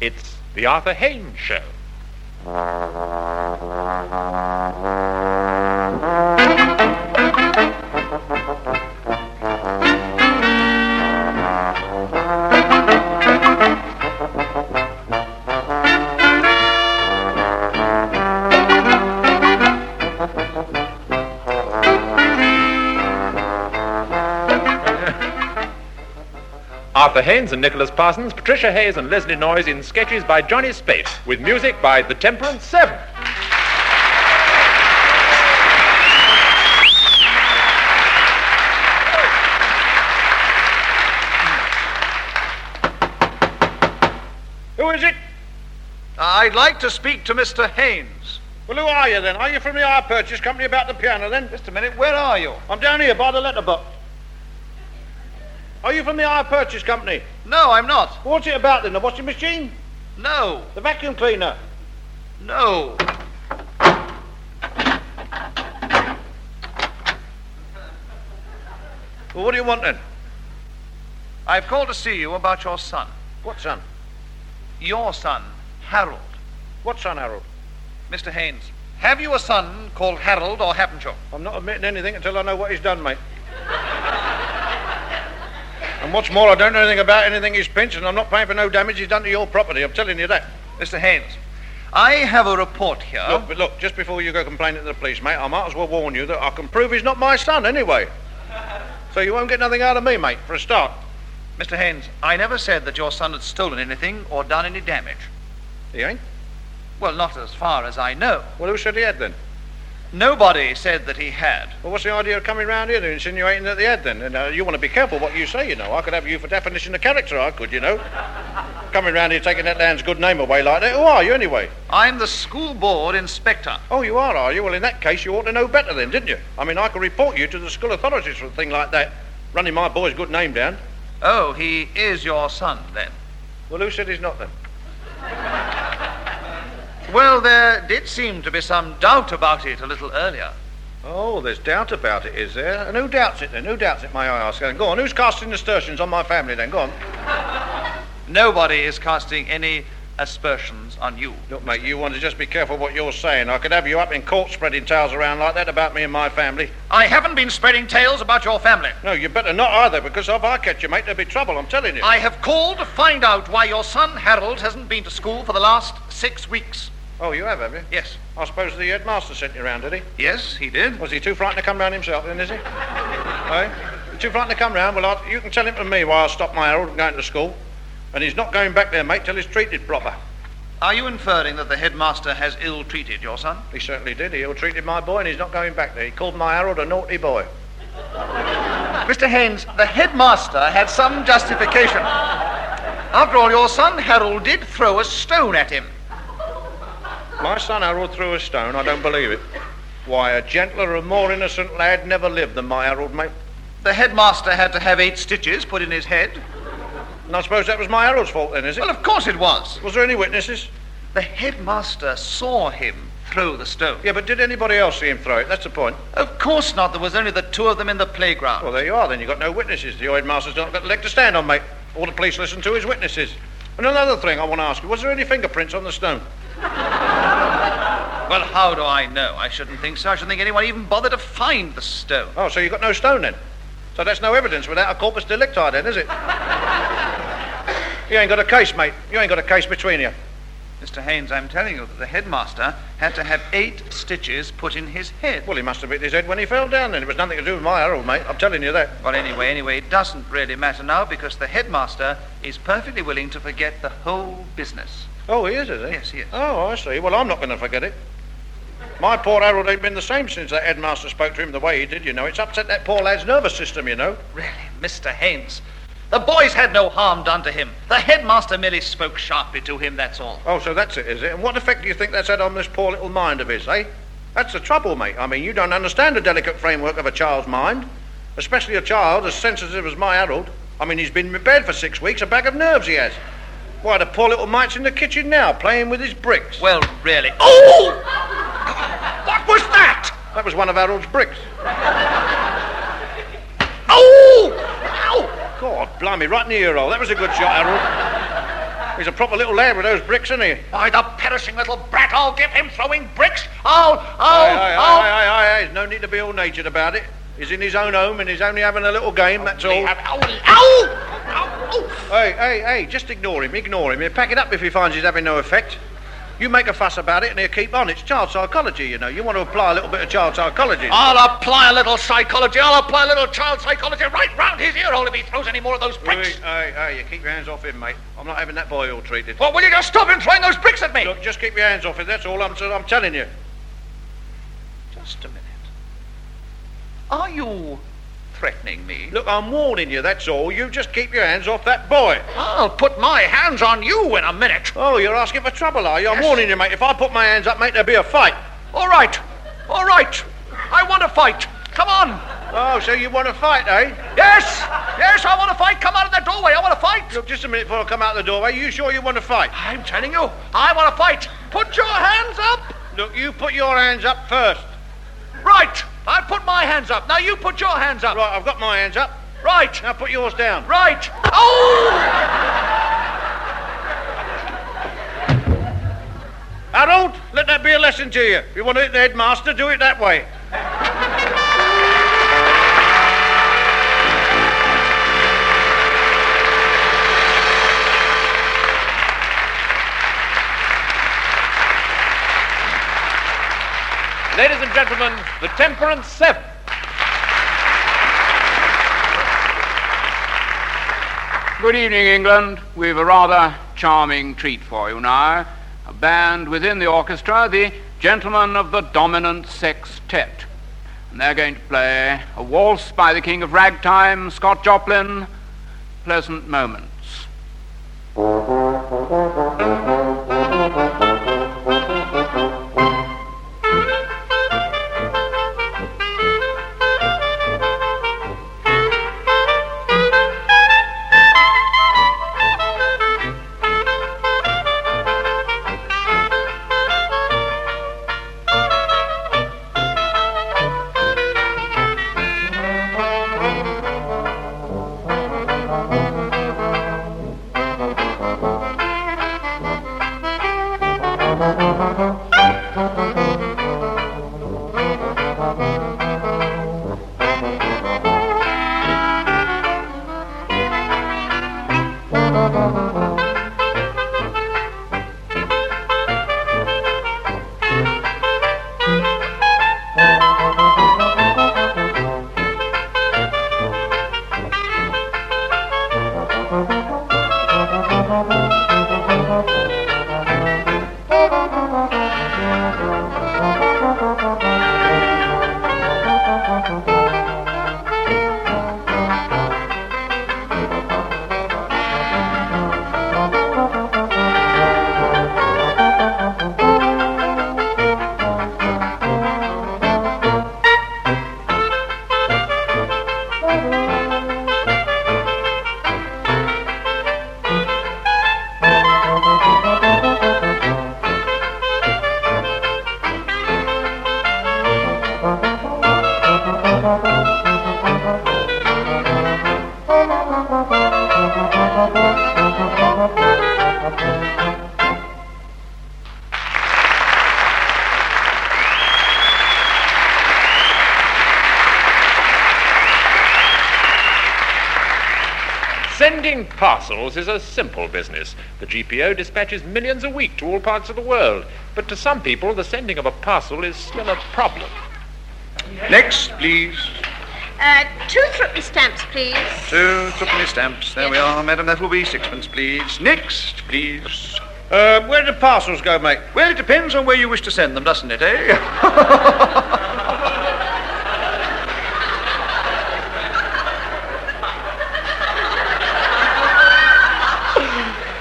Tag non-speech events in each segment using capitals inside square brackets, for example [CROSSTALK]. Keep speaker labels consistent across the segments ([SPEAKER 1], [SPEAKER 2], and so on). [SPEAKER 1] It's the Arthur Haynes Show. Arthur Haynes and Nicholas Parsons, Patricia Hayes and Leslie Noyes in sketches by Johnny Spaeth, with music by The Temperance Seven.
[SPEAKER 2] Who is it?
[SPEAKER 3] I'd like to speak to Mr. Haynes.
[SPEAKER 2] Well, who are you then? Are you from the art purchase company about the piano then?
[SPEAKER 3] Just a minute, where are you?
[SPEAKER 2] I'm down here by the letterbox. Are you from the art purchase company?
[SPEAKER 3] No, I'm not.
[SPEAKER 2] What's it about then? The washing machine?
[SPEAKER 3] No,
[SPEAKER 2] The vacuum cleaner?
[SPEAKER 3] no.
[SPEAKER 2] Well, what do you want then?
[SPEAKER 3] I've called to see you about your son.
[SPEAKER 2] What son?
[SPEAKER 3] Your son, Harold.
[SPEAKER 2] What son, Harold?
[SPEAKER 3] Mr. Haynes, have you a son called Harold or haven't you?
[SPEAKER 2] I'm not admitting anything until I know what he's done, mate. and what's more, I don't know anything about anything he's pinched, and I'm not paying for no damage he's done to your property. I'm telling you that.
[SPEAKER 3] Mr. Haynes, I have a report here.
[SPEAKER 2] Look, but look, just before you go complaining to the police, mate, I might as well warn you that I can prove he's not my son anyway. So you won't get nothing out of me, mate, for a start.
[SPEAKER 3] Mr. Haynes, I never said that your son had stolen anything or done any damage.
[SPEAKER 2] He ain't.
[SPEAKER 3] Well, not as far as I know.
[SPEAKER 2] Well, who said he had then?
[SPEAKER 3] Nobody said that he had.
[SPEAKER 2] Well, what's the idea of coming round here and insinuating that he had then? And uh, you want to be careful what you say, you know. I could have you for definition of character, I could, you know. coming round here taking that land's good name away like that. Who are you anyway?
[SPEAKER 3] I'm the school board inspector.
[SPEAKER 2] Oh, you are, are you? Well, in that case, you ought to know better then, didn't you? I mean, I could report you to the school authorities for a thing like that, running my boy's good name down.
[SPEAKER 3] Oh, he is your son, then.
[SPEAKER 2] Well, who said he's not then?
[SPEAKER 3] Well, there did seem to be some doubt about it a little earlier.
[SPEAKER 2] Oh, there's doubt about it, is there? And who doubts it then? Who doubts it, may I ask? Then go on. Who's casting nasturtiums on my family then? Go on.
[SPEAKER 3] Nobody is casting any aspersions on you.
[SPEAKER 2] Look, mate, you want to just be careful what you're saying. I could have you up in court spreading tales around like that about me and my family.
[SPEAKER 3] I haven't been spreading tales about your family.
[SPEAKER 2] No, you better not either, because if I catch you, mate, there'll be trouble, I'm telling you.
[SPEAKER 3] I have called to find out why your son Harold hasn't been to school for the last six weeks.
[SPEAKER 2] Oh, you have, have you?
[SPEAKER 3] Yes.
[SPEAKER 2] I suppose the headmaster sent you round, did he?
[SPEAKER 3] Yes, he did.
[SPEAKER 2] Was he too frightened to come round himself then, is he? eh? Too frightened to come round? Well, I, you can tell him to me why I stopped my Harold from going to school. And he's not going back there, mate, till he's treated proper.
[SPEAKER 3] Are you inferring that the headmaster has ill treated your son?
[SPEAKER 2] He certainly did. He ill-treated my boy, and he's not going back there. He called my Harold a naughty boy.
[SPEAKER 3] Mr. Haynes, the headmaster had some justification. After all, your son Harold did throw a stone at him.
[SPEAKER 2] My son Harold threw a stone. I don't believe it. Why, a gentler and more innocent lad never lived than my Harold, mate.
[SPEAKER 3] The headmaster had to have eight stitches put in his head.
[SPEAKER 2] And I suppose that was my Harold's fault then, is it?
[SPEAKER 3] Well, of course it was.
[SPEAKER 2] Was there any witnesses?
[SPEAKER 3] The headmaster saw him throw the stone.
[SPEAKER 2] Yeah, but did anybody else see him throw it? That's the point.
[SPEAKER 3] Of course not. There was only the two of them in the playground.
[SPEAKER 2] Well, there you are then. You've got no witnesses. The headmaster's not got a leg to stand on, mate. All the police listen to is witnesses. And another thing I want to ask you, was there any fingerprints on the stone?
[SPEAKER 3] Well, how do I know? I shouldn't think so. I shouldn't think anyone even bothered to find the stone.
[SPEAKER 2] Oh, so you got no stone then? So that's no evidence without a corpus delicti then, is it? you ain't got a case, mate. You ain't got a case between you.
[SPEAKER 3] Mr. Haynes, I'm telling you that the headmaster had to have eight stitches put in his head.
[SPEAKER 2] Well, he must have hit his head when he fell down then. It was nothing to do with my arrow, mate. I'm telling you that.
[SPEAKER 3] Well, anyway, anyway, it doesn't really matter now because the headmaster is perfectly willing to forget the whole business.
[SPEAKER 2] Oh, he is, is he?
[SPEAKER 3] Yes, he is.
[SPEAKER 2] Oh, I see. Well, I'm not going to forget it. My poor Harold ain't been the same since that headmaster spoke to him the way he did, you know. It's upset that poor lad's nervous system, you know.
[SPEAKER 3] Really, Mr. Haynes, the boys had no harm done to him. The headmaster merely spoke sharply to him, that's all.
[SPEAKER 2] Oh, so that's it, is it? And what effect do you think that's had on this poor little mind of his, eh? That's the trouble, mate. I mean, you don't understand the delicate framework of a child's mind, especially a child as sensitive as my Harold. I mean, he's been in bed for six weeks, a bag of nerves he has. Why, the poor little mite's in the kitchen now, playing with his bricks.
[SPEAKER 3] Well, really. Oh! What was that?
[SPEAKER 2] That was one of Harold's bricks.
[SPEAKER 3] Oh! Ow! Oh!
[SPEAKER 2] God, blimey, right in the ear hole. That was a good shot, Harold. He's a proper little lad with those bricks, isn't he?
[SPEAKER 3] Why, the perishing little brat, I'll give him throwing bricks. I'll,
[SPEAKER 2] Aye,
[SPEAKER 3] I'll,
[SPEAKER 2] aye,
[SPEAKER 3] I'll.
[SPEAKER 2] aye, aye, aye, aye. There's no need to be all natured about it. He's in his own home and he's only having a little game, that's all.
[SPEAKER 3] They have, ow, ow, ow, ow.
[SPEAKER 2] Hey, hey, hey, just ignore him, ignore him. He'll pack it up if he finds he's having no effect. You make a fuss about it and he'll keep on. It's child psychology, you know. You want to apply a little bit of child psychology.
[SPEAKER 3] I'll apply a little psychology. I'll apply a little child psychology right round his ear hole if he throws any more of those
[SPEAKER 2] Hey,
[SPEAKER 3] bricks.
[SPEAKER 2] hey, hey, you keep your hands off him, mate. I'm not having that boy ill treated.
[SPEAKER 3] Well, will you just stop him throwing those bricks at me?
[SPEAKER 2] Look, just keep your hands off him, that's all I'm, I'm telling you.
[SPEAKER 3] Just a minute. Are you threatening me?
[SPEAKER 2] Look, I'm warning you, that's all. You just keep your hands off that boy.
[SPEAKER 3] I'll put my hands on you in a minute.
[SPEAKER 2] Oh, you're asking for trouble, are you? I'm
[SPEAKER 3] Yes.
[SPEAKER 2] warning you, mate. If I put my hands up, mate, there'll be a fight.
[SPEAKER 3] All right. All right. I want to fight. Come on.
[SPEAKER 2] Oh, so you want to fight, eh?
[SPEAKER 3] Yes. Yes, I want to fight. Come out of that doorway. I want to fight.
[SPEAKER 2] Look, just a minute before I come out the doorway. You sure you want to fight?
[SPEAKER 3] I'm telling you, I want to fight. Put your hands up.
[SPEAKER 2] Look, you put your hands up first.
[SPEAKER 3] Right. I put my hands up. Now you put your hands up.
[SPEAKER 2] Right, I've got my hands up.
[SPEAKER 3] Right.
[SPEAKER 2] Now put yours down.
[SPEAKER 3] Right. Oh!
[SPEAKER 2] Harold, let that be a lesson to you. If you want to hit the headmaster, do it that way.
[SPEAKER 1] Ladies and gentlemen, the Temperance Seven.
[SPEAKER 4] Good evening, England. We've a rather charming treat for you now. A band within the orchestra, the Gentlemen of the Dominant Sextet. And they're going to play a waltz by the King of Ragtime, Scott Joplin, Pleasant Moments.
[SPEAKER 1] Sending parcels is a simple business. The GPO dispatches millions a week to all parts of the world. But to some people, the sending of a parcel is still a problem.
[SPEAKER 2] Next, please.
[SPEAKER 5] Uh, two threepenny stamps, please.
[SPEAKER 2] Two threepenny stamps. There we are, madam. That will be sixpence, please. Next, please. Uh, where do parcels go, mate? Well, it depends on where you wish to send them, doesn't it, eh?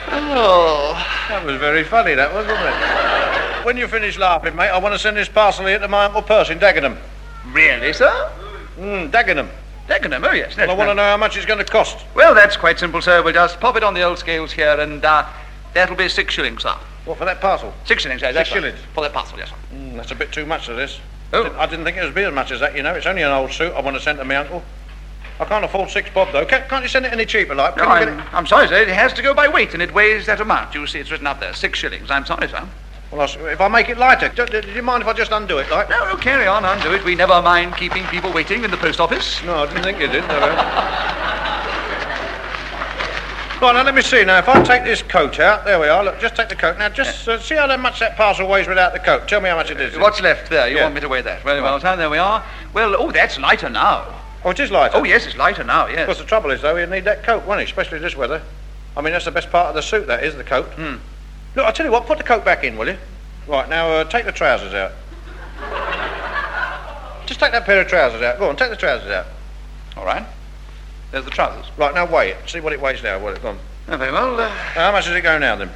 [SPEAKER 2] That was very funny, that was, wasn't it? when you finish laughing, mate, I want to send this parcel here to my Uncle Percy in Dagenham.
[SPEAKER 6] Really, sir?
[SPEAKER 2] Mm, Dagenham.
[SPEAKER 6] Dagenham, oh yes.
[SPEAKER 2] And I want to know how much it's going to cost.
[SPEAKER 6] Well, that's quite simple, sir. We'll just pop it on the old scales here, and uh, that'll be six shillings, sir.
[SPEAKER 2] What, for that parcel?
[SPEAKER 6] Six shillings, sir.
[SPEAKER 2] Six
[SPEAKER 6] that's right.
[SPEAKER 2] shillings.
[SPEAKER 6] For that parcel, yes, sir.
[SPEAKER 2] Mm, that's a bit too much for this.
[SPEAKER 6] Oh.
[SPEAKER 2] I didn't think it would be as much as that, you know. It's only an old suit I want to send to my uncle. I can't afford six bob, though. Can't, can't you send it any cheaper, like?
[SPEAKER 3] No,
[SPEAKER 2] Can you get
[SPEAKER 3] I'm, I'm sorry, sir. It has to go by weight, and it weighs that amount. You see, it's written up there, six shillings. I'm sorry, sir.
[SPEAKER 2] it- Well, I s- if I make it lighter, do, do- do you mind if I just undo it, like?
[SPEAKER 3] No, no, carry on, undo it. We never mind keeping people waiting in the post office.
[SPEAKER 2] No, I didn't think you did. No, no. Right, now let me see. Now, if I take this coat out, there we are. Look, just take the coat. Now, just uh, see how much that parcel weighs without the coat. Tell me how much it is.
[SPEAKER 3] What's left there? You
[SPEAKER 2] Yeah.
[SPEAKER 3] want me to weigh that? Very well, sir. There we are. Well, oh, that's lighter now.
[SPEAKER 2] Oh, it is lighter.
[SPEAKER 3] Oh, yes, it's lighter now,
[SPEAKER 2] Of course,
[SPEAKER 3] yes.
[SPEAKER 2] the trouble is, though, you'd need that coat, won't you? Especially this weather. I mean, that's the best part of the suit, that is, the coat. Look, I'll tell you what, put the coat back in, will you? Right, now, uh, take the trousers out. Just take that pair of trousers out. Go on, take the trousers out.
[SPEAKER 3] All right. There's the trousers.
[SPEAKER 2] Right, now weigh it. See what it weighs now. What it gone.
[SPEAKER 3] Oh, very well. Uh,
[SPEAKER 2] How much does it go now, then?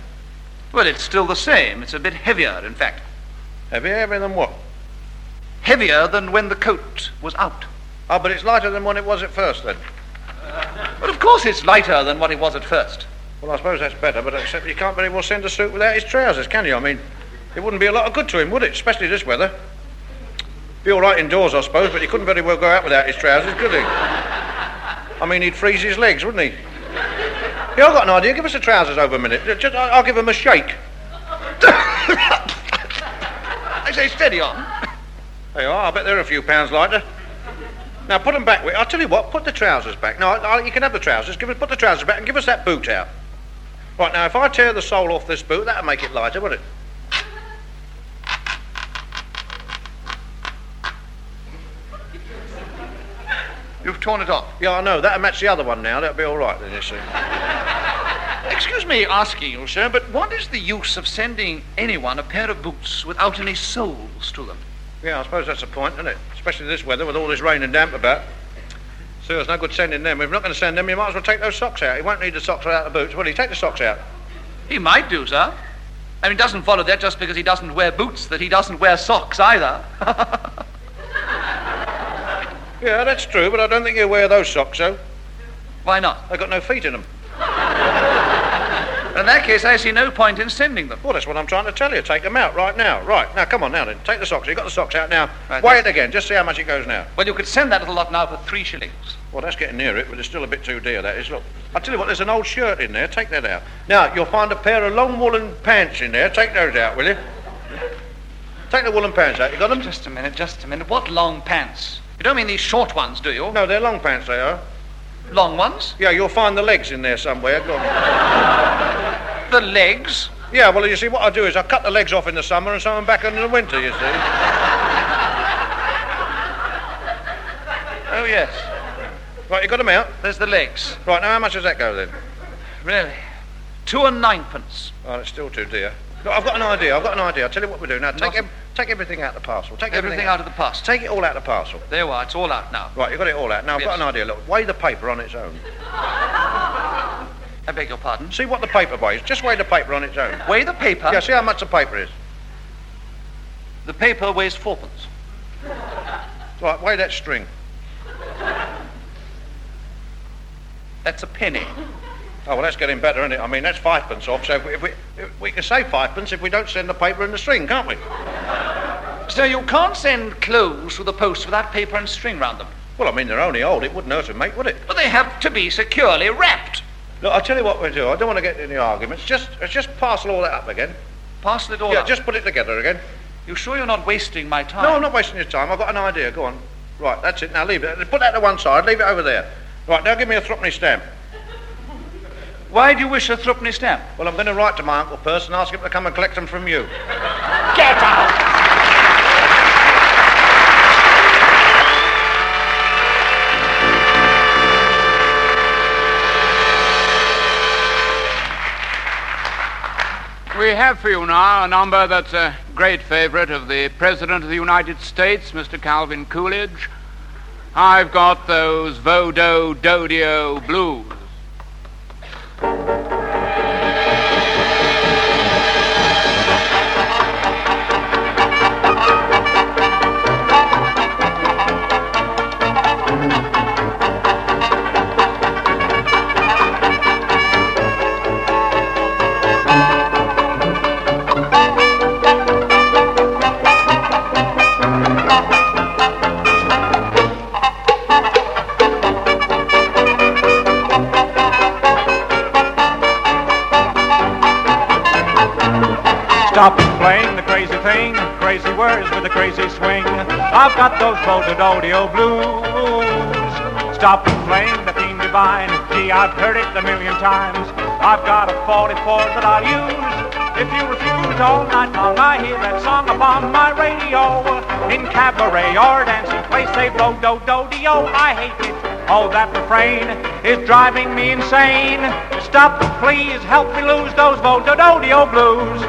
[SPEAKER 3] well, it's still the same. It's a bit heavier, in fact.
[SPEAKER 2] Have you ever than what?
[SPEAKER 3] Heavier than when the coat was out.
[SPEAKER 2] Oh, but it's lighter than what it was at first, then.
[SPEAKER 3] Well, of course it's lighter than what it was at first.
[SPEAKER 2] Well, I suppose that's better, but except you can't very well send a suit without his trousers, can you? I mean, it wouldn't be a lot of good to him, would it? Especially this weather. Be all right indoors, I suppose, but he couldn't very well go out without his trousers, could he? I mean, he'd freeze his legs, wouldn't he? Yeah, I've got an idea. Give us the trousers over a minute. Ju- Just, I- I'll give him a shake.
[SPEAKER 3] I say, steady on.
[SPEAKER 2] There you are. I bet they're a few pounds lighter. Now, put them back. wi- I'll tell you what, put the trousers back. No, I, I, you can have the trousers. Give us, put the trousers back and give us that boot out. Right, now, if I tear the sole off this boot, that'll make it lighter, won't it?
[SPEAKER 3] You've torn it off.
[SPEAKER 2] Yeah, I know. That'll match the other one now. That'll be all right then, you see.
[SPEAKER 3] Excuse me asking you, sir, but what is the use of sending anyone a pair of boots without any soles to them?
[SPEAKER 2] Yeah, I suppose that's a point, isn't it? Especially this weather with all this rain and damp about. So it's no good sending them. If you're not going to send them, you might as well take those socks out. He won't need the socks without the boots. Will he? Take the socks out.
[SPEAKER 3] He might do, sir. I mean, it doesn't follow that just because he doesn't wear boots that he doesn't wear socks either. [LAUGHS]
[SPEAKER 2] Yeah, that's true, but I don't think he'll wear those socks, though.
[SPEAKER 3] Why not?
[SPEAKER 2] They've got no feet in them.
[SPEAKER 3] In that case, I see no point in sending them.
[SPEAKER 2] Well, that's what I'm trying to tell you. Take them out right now. Right. Now, come on now then. Take the socks. You've got the socks out now.
[SPEAKER 3] Right,
[SPEAKER 2] Weigh
[SPEAKER 3] that's-
[SPEAKER 2] it again. Just see how much it goes now.
[SPEAKER 3] Well, you could send that little lot now for three shillings.
[SPEAKER 2] Well, that's getting near it, but it's still a bit too dear, that is. Look, i tell you what, there's an old shirt in there. Take that out. Now, you'll find a pair of long woolen pants in there. Take those out, will you? Take the woolen pants out. You got them?
[SPEAKER 3] Just a minute, just a minute. What long pants? You don't mean these short ones, do you?
[SPEAKER 2] No, they're long pants, they are.
[SPEAKER 3] Long ones?
[SPEAKER 2] Yeah, you'll find the legs in there somewhere. Go on.
[SPEAKER 3] The legs?
[SPEAKER 2] Yeah, well, you see, what I do is I cut the legs off in the summer and sew them back in the winter, you see.
[SPEAKER 3] Oh, yes.
[SPEAKER 2] Right, you got them out?
[SPEAKER 3] There's the legs.
[SPEAKER 2] Right, now, how much does that go then?
[SPEAKER 3] Really? Two and ninepence.
[SPEAKER 2] Oh, it's still too dear. Look, I've got an idea. I've got an idea. I'll tell you what we do. Now, take,
[SPEAKER 3] Nothing.
[SPEAKER 2] ev- take everything out of the parcel. Take everything,
[SPEAKER 3] Everything out of the past.
[SPEAKER 2] Take it all out of the parcel.
[SPEAKER 3] There you are. It's all out now.
[SPEAKER 2] Right, you've got it all out. Now, I've
[SPEAKER 3] Yes.
[SPEAKER 2] got an idea. Look, weigh the paper on its own.
[SPEAKER 3] I beg your pardon.
[SPEAKER 2] See what the paper weighs. Just weigh the paper on its own.
[SPEAKER 3] Weigh the paper.
[SPEAKER 2] Yeah, see how much the paper is.
[SPEAKER 3] The paper weighs fourpence.
[SPEAKER 2] Right, weigh that string.
[SPEAKER 3] That's a penny.
[SPEAKER 2] Oh, well, that's getting better, isn't it? I mean, that's fivepence off, so if we, if we, if we can save fivepence if we don't send the paper and the string, can't we?
[SPEAKER 3] So you can't send clothes through the post without paper and string round them.
[SPEAKER 2] Well, I mean, they're only old. It wouldn't hurt to make, would it?
[SPEAKER 3] But they have to be securely wrapped.
[SPEAKER 2] Look, I'll tell you what we'll do. I don't want to get into any arguments. Just, uh, just parcel all that up again.
[SPEAKER 3] Parcel it all
[SPEAKER 2] yeah,
[SPEAKER 3] up.
[SPEAKER 2] just put it together again.
[SPEAKER 3] You sure you're not wasting my time?
[SPEAKER 2] No, I'm not wasting your time. I've got an idea. Go on. Right, that's it. Now leave it. Put that to one side. Leave it over there. Right, now give me a threepenny stamp.
[SPEAKER 3] Why do you wish a threepenny stamp?
[SPEAKER 2] Well, I'm going to write to my Uncle Purse and ask him to come and collect them from you.
[SPEAKER 7] Get out!
[SPEAKER 8] We have for you now a number that's a great favorite of the President of the United States, Mr. Calvin Coolidge. I've got those Vodo Dodio blues.
[SPEAKER 9] Thank
[SPEAKER 10] Stop playing the crazy thing, crazy words with a crazy swing. I've got those bolted audio blues. Stop playing the theme divine. Gee, I've heard it a million times. I've got a 44 that I'll use. If you refuse all night long, I hear that song upon my radio. In cabaret or dancing place, they blow do do do. I hate it. Oh, that refrain is driving me insane. Stop, please, help me lose those Vodododio blues.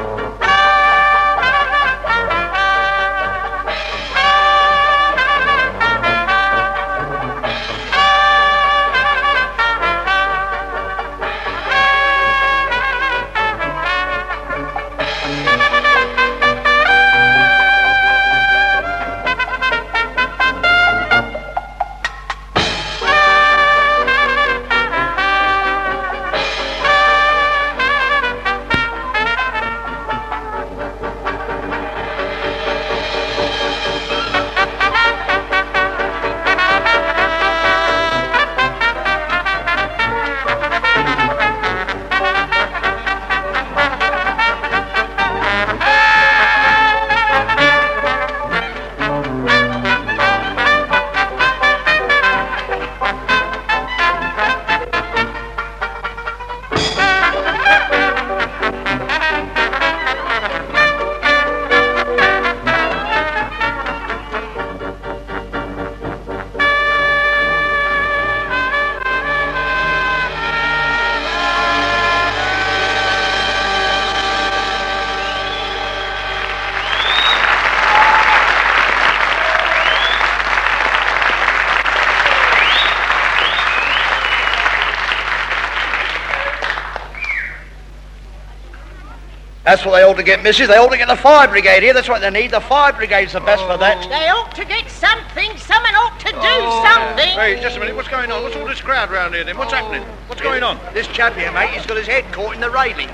[SPEAKER 2] That's what they ought to get, missus. They ought to get the fire brigade here. That's what they need. The fire brigade's the best for that.
[SPEAKER 11] They ought to get something. Someone ought to do something.
[SPEAKER 2] Oh, Hey, just a minute. What's going on? What's all this crowd round here then? What's happening? What's going on?
[SPEAKER 3] This chap here, mate, he's got his head caught in the railings.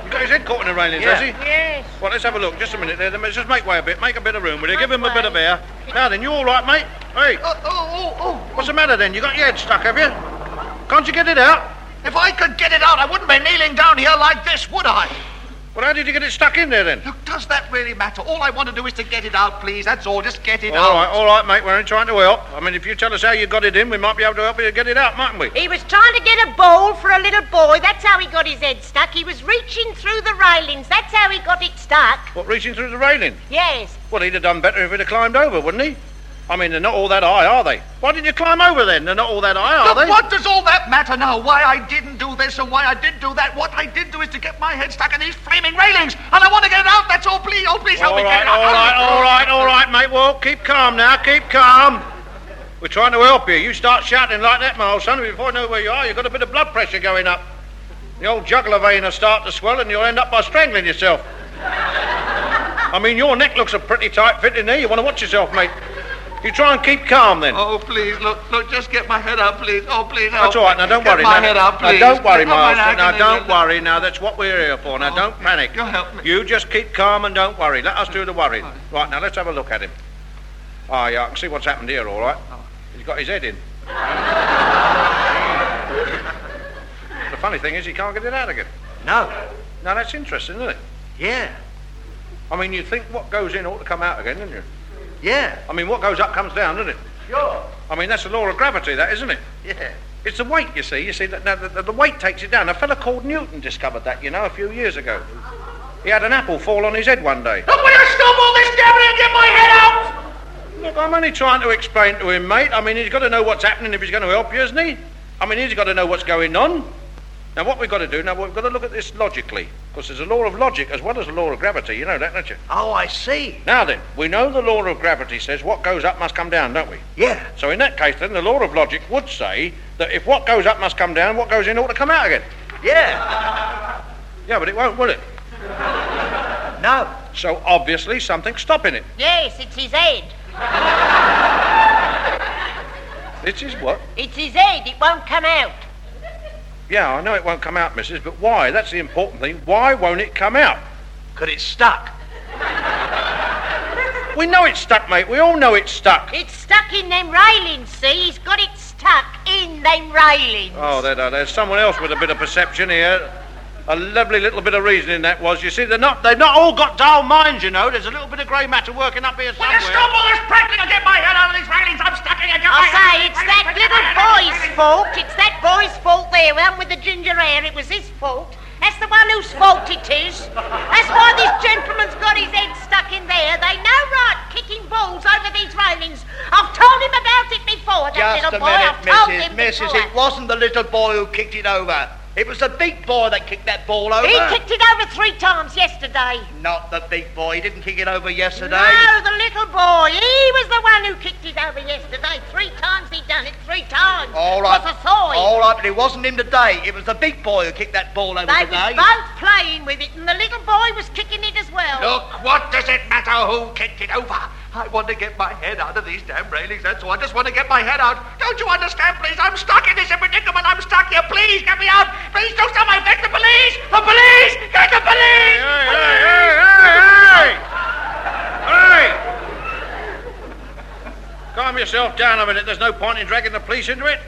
[SPEAKER 2] He's got his head caught in the railings, has
[SPEAKER 3] Yeah.
[SPEAKER 2] he?
[SPEAKER 11] Yes.
[SPEAKER 2] Well, let's have a look. Just a minute there. Then let's Just make way a bit. Make a bit of room, will you? Give him a bit of air. Now then, you all right, mate? Hey,
[SPEAKER 3] Oh, oh, oh,
[SPEAKER 2] what's the matter then? You got your head stuck, have you? Can't you get it out?
[SPEAKER 3] oh. If I could get it out, I wouldn't be kneeling down here like this, would I?
[SPEAKER 2] Well, how did you get it stuck in there then?
[SPEAKER 3] Look, does that really matter? All I want to do is to get it out, please. That's all. Just get it
[SPEAKER 2] All
[SPEAKER 3] out.
[SPEAKER 2] right, all right, mate. We're only trying to help. I mean, if you tell us how you got it in, we might be able to help you get it out, mightn't we?
[SPEAKER 11] He was trying to get a ball for a little boy. That's how he got his head stuck. He was reaching through the railings. That's how he got it stuck.
[SPEAKER 2] What, reaching through the railing?
[SPEAKER 11] Yes.
[SPEAKER 2] Well, he'd have done better if he'd have climbed over, wouldn't he? I mean, they're not all that high, are they? Why didn't you climb over then? They're not all that high, are
[SPEAKER 3] Look,
[SPEAKER 2] they?
[SPEAKER 3] what does all that matter now? Why I didn't do this and why I did do that? What I did do is to get my head stuck in these flaming railings, and I want to get it out. That's all, please. Oh, please help
[SPEAKER 2] All
[SPEAKER 3] me get
[SPEAKER 2] right,
[SPEAKER 3] it out.
[SPEAKER 2] all right, all right, all right, mate. Well, keep calm now. Keep calm. We're trying to help you. You start shouting like that, my old son, before you know where you are, you've got a bit of blood pressure going up. The old jugular vein will start to swell, and you'll end up by strangling yourself. I mean, your neck looks a pretty tight fit in there. You want to watch yourself, mate. You try and keep calm then.
[SPEAKER 3] Oh, please, look, look, just get my head up, please. Oh, please, help
[SPEAKER 2] That's all right. Now, don't
[SPEAKER 3] Get
[SPEAKER 2] worry.
[SPEAKER 3] my
[SPEAKER 2] now,
[SPEAKER 3] head up,
[SPEAKER 2] now,
[SPEAKER 3] please.
[SPEAKER 2] don't worry,
[SPEAKER 3] Come on,
[SPEAKER 2] Master. Now,
[SPEAKER 3] Agnes,
[SPEAKER 2] don't
[SPEAKER 3] look.
[SPEAKER 2] worry. Now, that's what we're here for. Now,
[SPEAKER 3] Oh,
[SPEAKER 2] don't panic.
[SPEAKER 3] you help me.
[SPEAKER 2] You just keep calm and don't worry. Let us do the worrying. Right, now, let's have a look at him. Ah, yeah, I can see what's happened here, all right. He's got his head
[SPEAKER 3] [LAUGHS]
[SPEAKER 2] in. the funny thing is, he can't get it out again.
[SPEAKER 3] No.
[SPEAKER 2] Now, that's interesting, isn't it?
[SPEAKER 3] Yeah.
[SPEAKER 2] I mean, you think what goes in ought to come out again, don't you?
[SPEAKER 3] Yeah.
[SPEAKER 2] I mean, what goes up comes down, doesn't it?
[SPEAKER 3] Sure.
[SPEAKER 2] I mean, that's the law of gravity, that, isn't it?
[SPEAKER 3] Yeah.
[SPEAKER 2] It's the weight, you see. You see, that now the, the, the weight takes it down. A fella called Newton discovered that, you know, a few years ago. He had an apple fall on his head one day.
[SPEAKER 3] Look, will you stop all this gabbling and get my head out?
[SPEAKER 2] Look, I'm only trying to explain to him, mate. I mean, he's got to know what's happening if he's going to help you, isn't he? I mean, he's got to know what's going on. Now, what we've got to do now, we've got to look at this logically, because there's a law of logic as well as a law of gravity. You know that, don't you?
[SPEAKER 3] Oh, I see.
[SPEAKER 2] Now then, we know the law of gravity says what goes up must come down, don't we?
[SPEAKER 3] Yeah.
[SPEAKER 2] So in that case, then the law of logic would say that if what goes up must come down, what goes in ought to come out again.
[SPEAKER 3] Yeah.
[SPEAKER 2] Yeah, but it won't, will it?
[SPEAKER 3] No.
[SPEAKER 2] So obviously something's stopping it.
[SPEAKER 11] Yes, it's his head.
[SPEAKER 2] This is what?
[SPEAKER 11] It's his head. It won't come out.
[SPEAKER 2] Yeah, I know it won't come out, Mrs. But why? That's the important thing. Why won't it come out?
[SPEAKER 3] Because it's stuck.
[SPEAKER 2] We know it's stuck, mate. We all know it's stuck.
[SPEAKER 11] It's stuck in them railings, see? He's got it stuck in them railings.
[SPEAKER 2] Oh, there, there, there's someone else with a bit of perception here. A lovely little bit of reasoning that was. You see, they're not, they've not all got dull minds, you know. There's a little bit of grey matter working up here
[SPEAKER 3] Will you
[SPEAKER 2] somewhere.
[SPEAKER 3] stop all this prattling and get my head out of these railings? I'm stuck in here. Get
[SPEAKER 11] I
[SPEAKER 3] my head
[SPEAKER 11] say,
[SPEAKER 3] out of these
[SPEAKER 11] it's that
[SPEAKER 3] railings. Get my
[SPEAKER 11] little
[SPEAKER 3] head out of these
[SPEAKER 11] boy's
[SPEAKER 3] railings.
[SPEAKER 11] fault. It's that boy's fault there. One with the ginger hair. It was his fault. That's the one whose fault it is. That's why this gentleman's got his head stuck in there. They know right kicking balls over these railings. I've told him about it before, that
[SPEAKER 10] Just a
[SPEAKER 11] little boy.
[SPEAKER 10] minute,
[SPEAKER 11] I've told
[SPEAKER 10] Mrs.
[SPEAKER 11] him
[SPEAKER 10] Mrs.
[SPEAKER 11] before.
[SPEAKER 10] It wasn't the little boy who kicked it over. It was the big boy that kicked that ball over.
[SPEAKER 11] He kicked it over three times yesterday.
[SPEAKER 10] Not the big boy. He didn't kick it over yesterday.
[SPEAKER 11] No, the little boy. He was the one who kicked it over yesterday. Three times he done it. Three times.
[SPEAKER 10] All right.
[SPEAKER 11] Because I saw him.
[SPEAKER 10] All right, but it wasn't him today. It was the big boy who kicked that ball over
[SPEAKER 11] They
[SPEAKER 10] today.
[SPEAKER 11] were both playing with it, and the little boy was kicking it as well.
[SPEAKER 12] Look, what does it matter who kicked it over? I want to get my head out of these damn railings, that's all. I just want to get my head out.
[SPEAKER 3] Don't you understand, please? I'm stuck in this predicament. I'm stuck here. Please, get me out. Please, don't stop my back. The police! The police! Get the police!
[SPEAKER 2] Hey, hey, hey! Calm yourself down a minute. There's no point in dragging the police into it.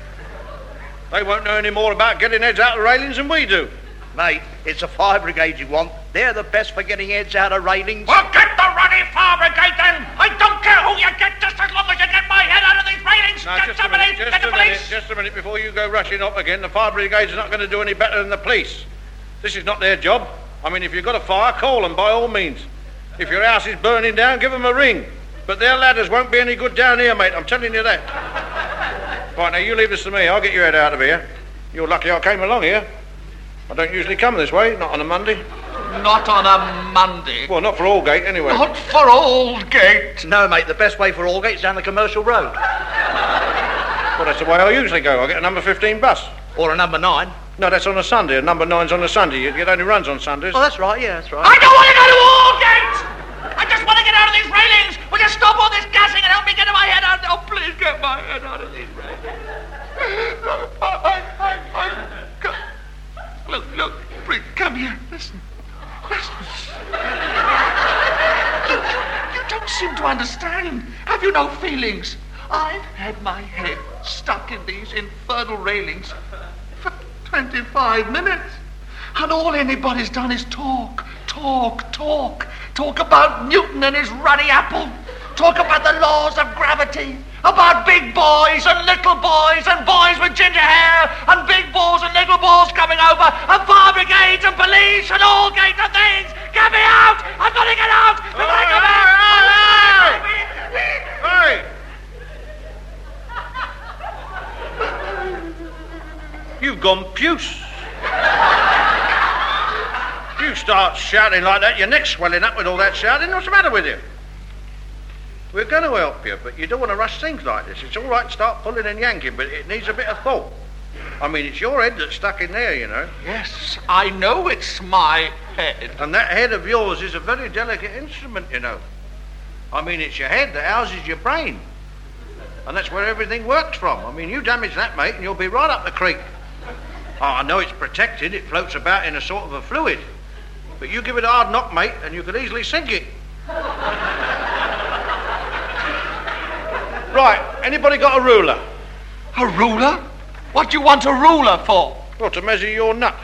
[SPEAKER 2] They won't know any more about getting heads out of railings than we do.
[SPEAKER 10] Mate, it's the fire brigade you want. They're the best for getting heads out of railings.
[SPEAKER 3] Well, get the ruddy fire brigade then. I don't care who you get, just as long as you get my head out of these railings.
[SPEAKER 2] Now,
[SPEAKER 3] get
[SPEAKER 2] just a
[SPEAKER 3] somebody.
[SPEAKER 2] minute, just
[SPEAKER 3] get
[SPEAKER 2] a
[SPEAKER 3] the
[SPEAKER 2] minute,
[SPEAKER 3] police.
[SPEAKER 2] just a minute before you go rushing off again. The fire brigade's not going to do any better than the police. This is not their job. I mean, if you've got a fire, call them by all means. If your house is burning down, give them a ring. But their ladders won't be any good down here, mate. I'm telling you that. right, now you leave this to me. I'll get your head out of here. You're lucky I came along here. I don't usually come this way, not on a Monday.
[SPEAKER 12] Not on a Monday.
[SPEAKER 2] Well, not for Allgate, anyway.
[SPEAKER 12] Not for Aldgate.
[SPEAKER 10] No, mate, the best way for all gates down the commercial road.
[SPEAKER 2] Well, that's the way I usually go. I get a number 15 bus.
[SPEAKER 10] Or a number nine.
[SPEAKER 2] No, that's on a Sunday. A number nine's on a Sunday. It it only runs on Sundays.
[SPEAKER 10] Oh, that's right, yeah, that's right.
[SPEAKER 3] I don't want to go to Aldgate. I just want to get out of these railings. Will you stop all this gassing and help me get my head out? Oh, please get my head out of these railings. I, I, I, I- Look, look, Briggs, come here. Listen. Listen. You, you, you don't seem to understand. Have you no feelings? I've had my head stuck in these infernal railings for 25 minutes. And all anybody's done is talk, talk, talk. Talk about Newton and his ruddy apple. Talk about the laws of gravity. About big boys and little boys and boys with ginger hair and big balls and little balls coming over and fire brigades and police and all gates and things. Get me out! I've got to get out! I've got to come out! I've
[SPEAKER 2] Hey!
[SPEAKER 3] gotta come out!
[SPEAKER 2] You've gone puce. you start shouting like that, your neck's swelling up with all that shouting. What's the matter with you? We're going to help you, but you don't want to rush things like this. It's all right to start pulling and yanking, but it needs a bit of thought. I mean, it's your head that's stuck in there, you know.
[SPEAKER 12] Yes, I know it's my head.
[SPEAKER 2] And that head of yours is a very delicate instrument, you know. I mean, it's your head that houses your brain. And that's where everything works from. I mean, you damage that, mate, and you'll be right up the creek. Oh, I know it's protected. It floats about in a sort of a fluid. But you give it a hard knock, mate, and you could easily sink it. right, anybody got a ruler?
[SPEAKER 12] A ruler? What do you want a ruler for?
[SPEAKER 2] Well, to measure your nut.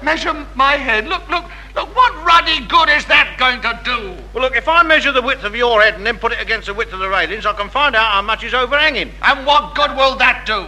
[SPEAKER 12] Measure my head. Look, look, look, what ruddy good is that going to do?
[SPEAKER 2] Well, look, if I measure the width of your head and then put it against the width of the railings, I can find out how much is overhanging.
[SPEAKER 12] And what good will that do?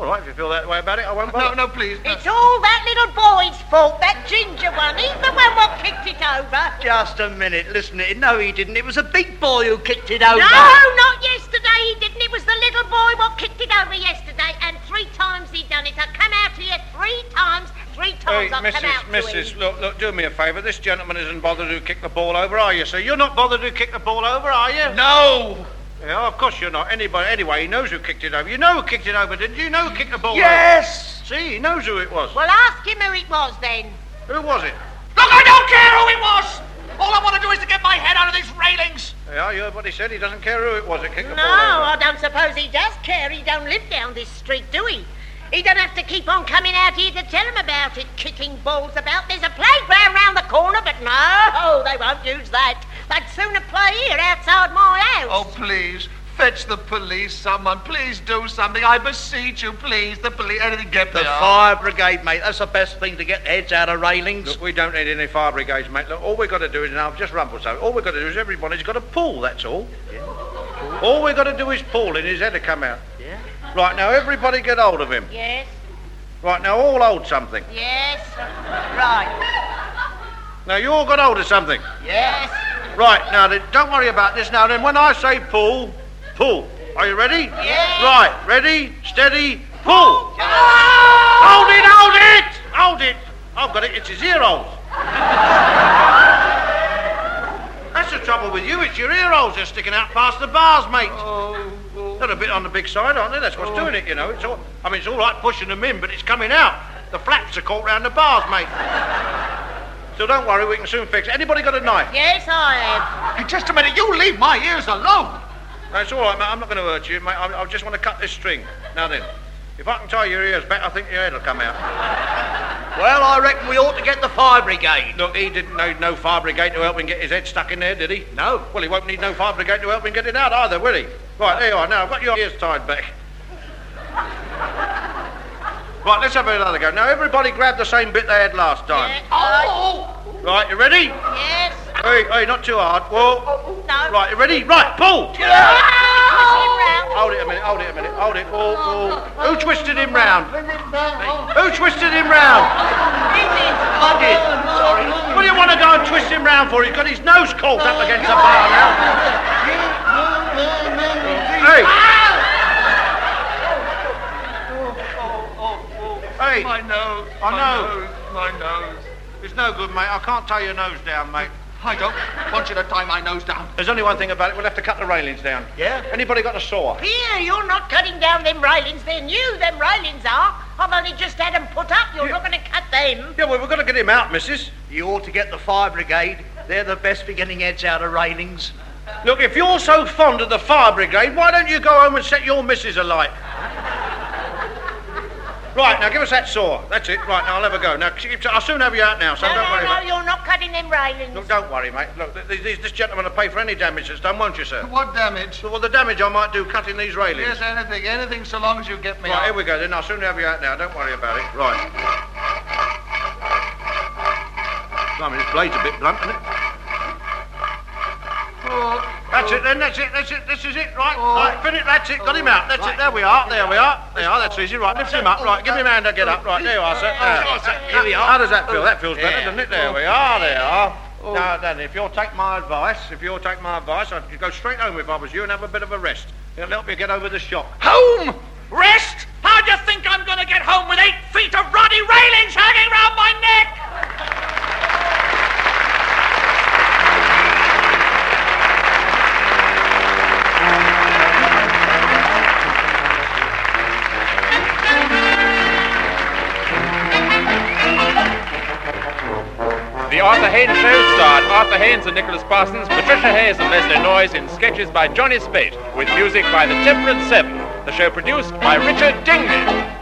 [SPEAKER 2] All right, if you feel that way about it, I won't
[SPEAKER 12] No,
[SPEAKER 2] bother.
[SPEAKER 12] no, please. no.
[SPEAKER 11] It's all that little boy's fault, that ginger one. He's the one what kicked it over.
[SPEAKER 10] Just a minute, listen. No, he didn't. It was the big boy who kicked it over.
[SPEAKER 11] No, not yesterday he didn't. It was the little boy what kicked it over yesterday, and three times he done it. I come out here three times, three
[SPEAKER 2] Hey,
[SPEAKER 11] times I've come
[SPEAKER 2] Mrs.
[SPEAKER 11] out to
[SPEAKER 2] Mrs.
[SPEAKER 11] him.
[SPEAKER 2] Look, look, do me a favour. This gentleman isn't bothered who kicked the ball over, are you, sir? You're not bothered who kicked the ball over, are you?
[SPEAKER 12] No!
[SPEAKER 2] Yeah, of course you're not. Anybody, anyway, he knows who kicked it over. You know who kicked it over, didn't you? You know who kicked the ball
[SPEAKER 12] Yes!
[SPEAKER 2] over. See, he knows who it was.
[SPEAKER 11] Well, ask him who it was then.
[SPEAKER 2] Who was it?
[SPEAKER 3] Look, I don't care who it was. All I want to do is to get my head out of these railings.
[SPEAKER 2] Yeah, I heard what he said. He doesn't care who it was that kicked the
[SPEAKER 11] No,
[SPEAKER 2] ball over.
[SPEAKER 11] I don't suppose he does care. He don't live down this street, do he? He don't have to keep on coming out here to tell him about it, kicking balls about. There's a playground round the corner, but no, they won't use that. They'd sooner play here outside my house.
[SPEAKER 12] Oh, please,
[SPEAKER 5] Fetch the police, someone. Please do something. I beseech you, please. The police. Anything, get
[SPEAKER 13] The
[SPEAKER 5] me out.
[SPEAKER 13] fire brigade, mate. That's the best thing to get the heads out of railings.
[SPEAKER 2] Look, we don't need any fire brigades, mate. Look, all we've got to do is, now I've just rumbled so, all we've got to do is everybody's got to pull, that's all. All we've got to do is pull and his head to come out.
[SPEAKER 11] Yeah.
[SPEAKER 2] Right, now everybody get hold of him.
[SPEAKER 11] Yes,
[SPEAKER 2] Right, now all hold something.
[SPEAKER 11] yes. Right.
[SPEAKER 2] Now you all got hold of something.
[SPEAKER 11] Yes.
[SPEAKER 2] Right, now then, don't worry about this now then. When I say pull, pull. Are you ready?
[SPEAKER 11] Yeah.
[SPEAKER 2] Right, ready, steady, pull. Hold it, hold it, hold it. I've got it, it's his ear holes. That's the trouble with you, it's your ear holes that's sticking out past the bars, mate. They're a bit on the big side, aren't they? That's what's doing it, you know. It's all, I mean, it's all right pushing them in, but it's coming out. The flaps are caught round the bars, mate. so don't worry, we can soon fix it. Anybody got a knife?
[SPEAKER 11] Yes, I have.
[SPEAKER 5] Hey, just a minute. You leave my ears alone.
[SPEAKER 2] That's all right, mate. I'm not going to hurt you, mate. I, I just want to cut this string. Now then, if I can tie your ears back, I think your head'll come out.
[SPEAKER 13] Well, I reckon we ought to get the fire brigade.
[SPEAKER 2] Look, he didn't need no fire brigade to help him get his head stuck in there, did he? No. Well, he won't need no fire brigade to help him get it out either, will he? Right, there you are. Now I've got your ears tied back. right, let's have another go. Now everybody grab the same bit they had last time.
[SPEAKER 11] Yes, I-
[SPEAKER 2] Right, you ready?
[SPEAKER 11] yes.
[SPEAKER 2] Hey, hey, not too hard. Whoa.
[SPEAKER 11] No.
[SPEAKER 2] Right, you ready? Right, pull.
[SPEAKER 11] Push
[SPEAKER 2] Hold it a minute, hold it a minute, hold it. Oh, oh. Who twisted him round? Who twisted him round?
[SPEAKER 11] him round.
[SPEAKER 2] I did. Sorry. What do you want to go and twist him round for? He's got his nose caught up against the bar now. Hey. Hey,
[SPEAKER 5] My nose.
[SPEAKER 2] I
[SPEAKER 5] my
[SPEAKER 2] know.
[SPEAKER 5] nose. My nose.
[SPEAKER 2] it's no good, mate. I can't tie your nose down, mate.
[SPEAKER 5] I don't want you to tie my nose down.
[SPEAKER 2] There's only one thing about it. We'll have to cut the railings down.
[SPEAKER 13] Yeah?
[SPEAKER 2] Anybody got a saw?
[SPEAKER 11] Here, you're not cutting down them railings. They're new, them railings are. I've only just had them put up. You're not going to cut them.
[SPEAKER 2] Yeah, well, we've got to get him out, missus.
[SPEAKER 13] You ought to get the fire brigade. They're the best for getting heads out of railings.
[SPEAKER 2] Look, if you're so fond of the fire brigade, why don't you go home and set your missus alight? right, now give us that saw. That's it. Right, now I'll have a go. Now, I'll soon have you out now, so
[SPEAKER 11] no,
[SPEAKER 2] don't
[SPEAKER 11] no,
[SPEAKER 2] worry.
[SPEAKER 11] no,
[SPEAKER 2] mate.
[SPEAKER 11] you're not cutting them railings.
[SPEAKER 2] Look, don't worry, mate. Look, th- th- this gentleman will pay for any damage that's done, won't you, sir?
[SPEAKER 5] What damage?
[SPEAKER 2] Well, the damage I might do cutting these railings.
[SPEAKER 5] Yes, anything, anything, so long as you get me
[SPEAKER 2] Right,
[SPEAKER 5] out.
[SPEAKER 2] here we go then. I'll soon have you out now. Don't worry about it. Right. Blimey, this blade's a bit blunt, isn't it? That's it then, that's it, that's it, this is it, right, right, finish, that's it, got him out, that's it, there we are, there we are, there you are, that's easy, right, lift him up, right, give him a hand to get up, right, there you are, Oh, sir, there. Here we are. Oh. How does that feel? That feels better, doesn't it? There we are, there you are. Now then, if you'll take my advice, if you'll take my advice, I'd go straight home if I was you and have a bit of a rest. It'll help you get over the shock.
[SPEAKER 6] Home! Rest? How do you think I'm going to get home with eight feet of roddy railings hanging round my neck?
[SPEAKER 1] The Arthur Haynes Show starred Arthur Haynes and Nicholas Parsons, Patricia Hayes and Leslie Noyes in sketches by Johnny Spate, with music by the Temperate Seven. The show produced by Richard Dingley.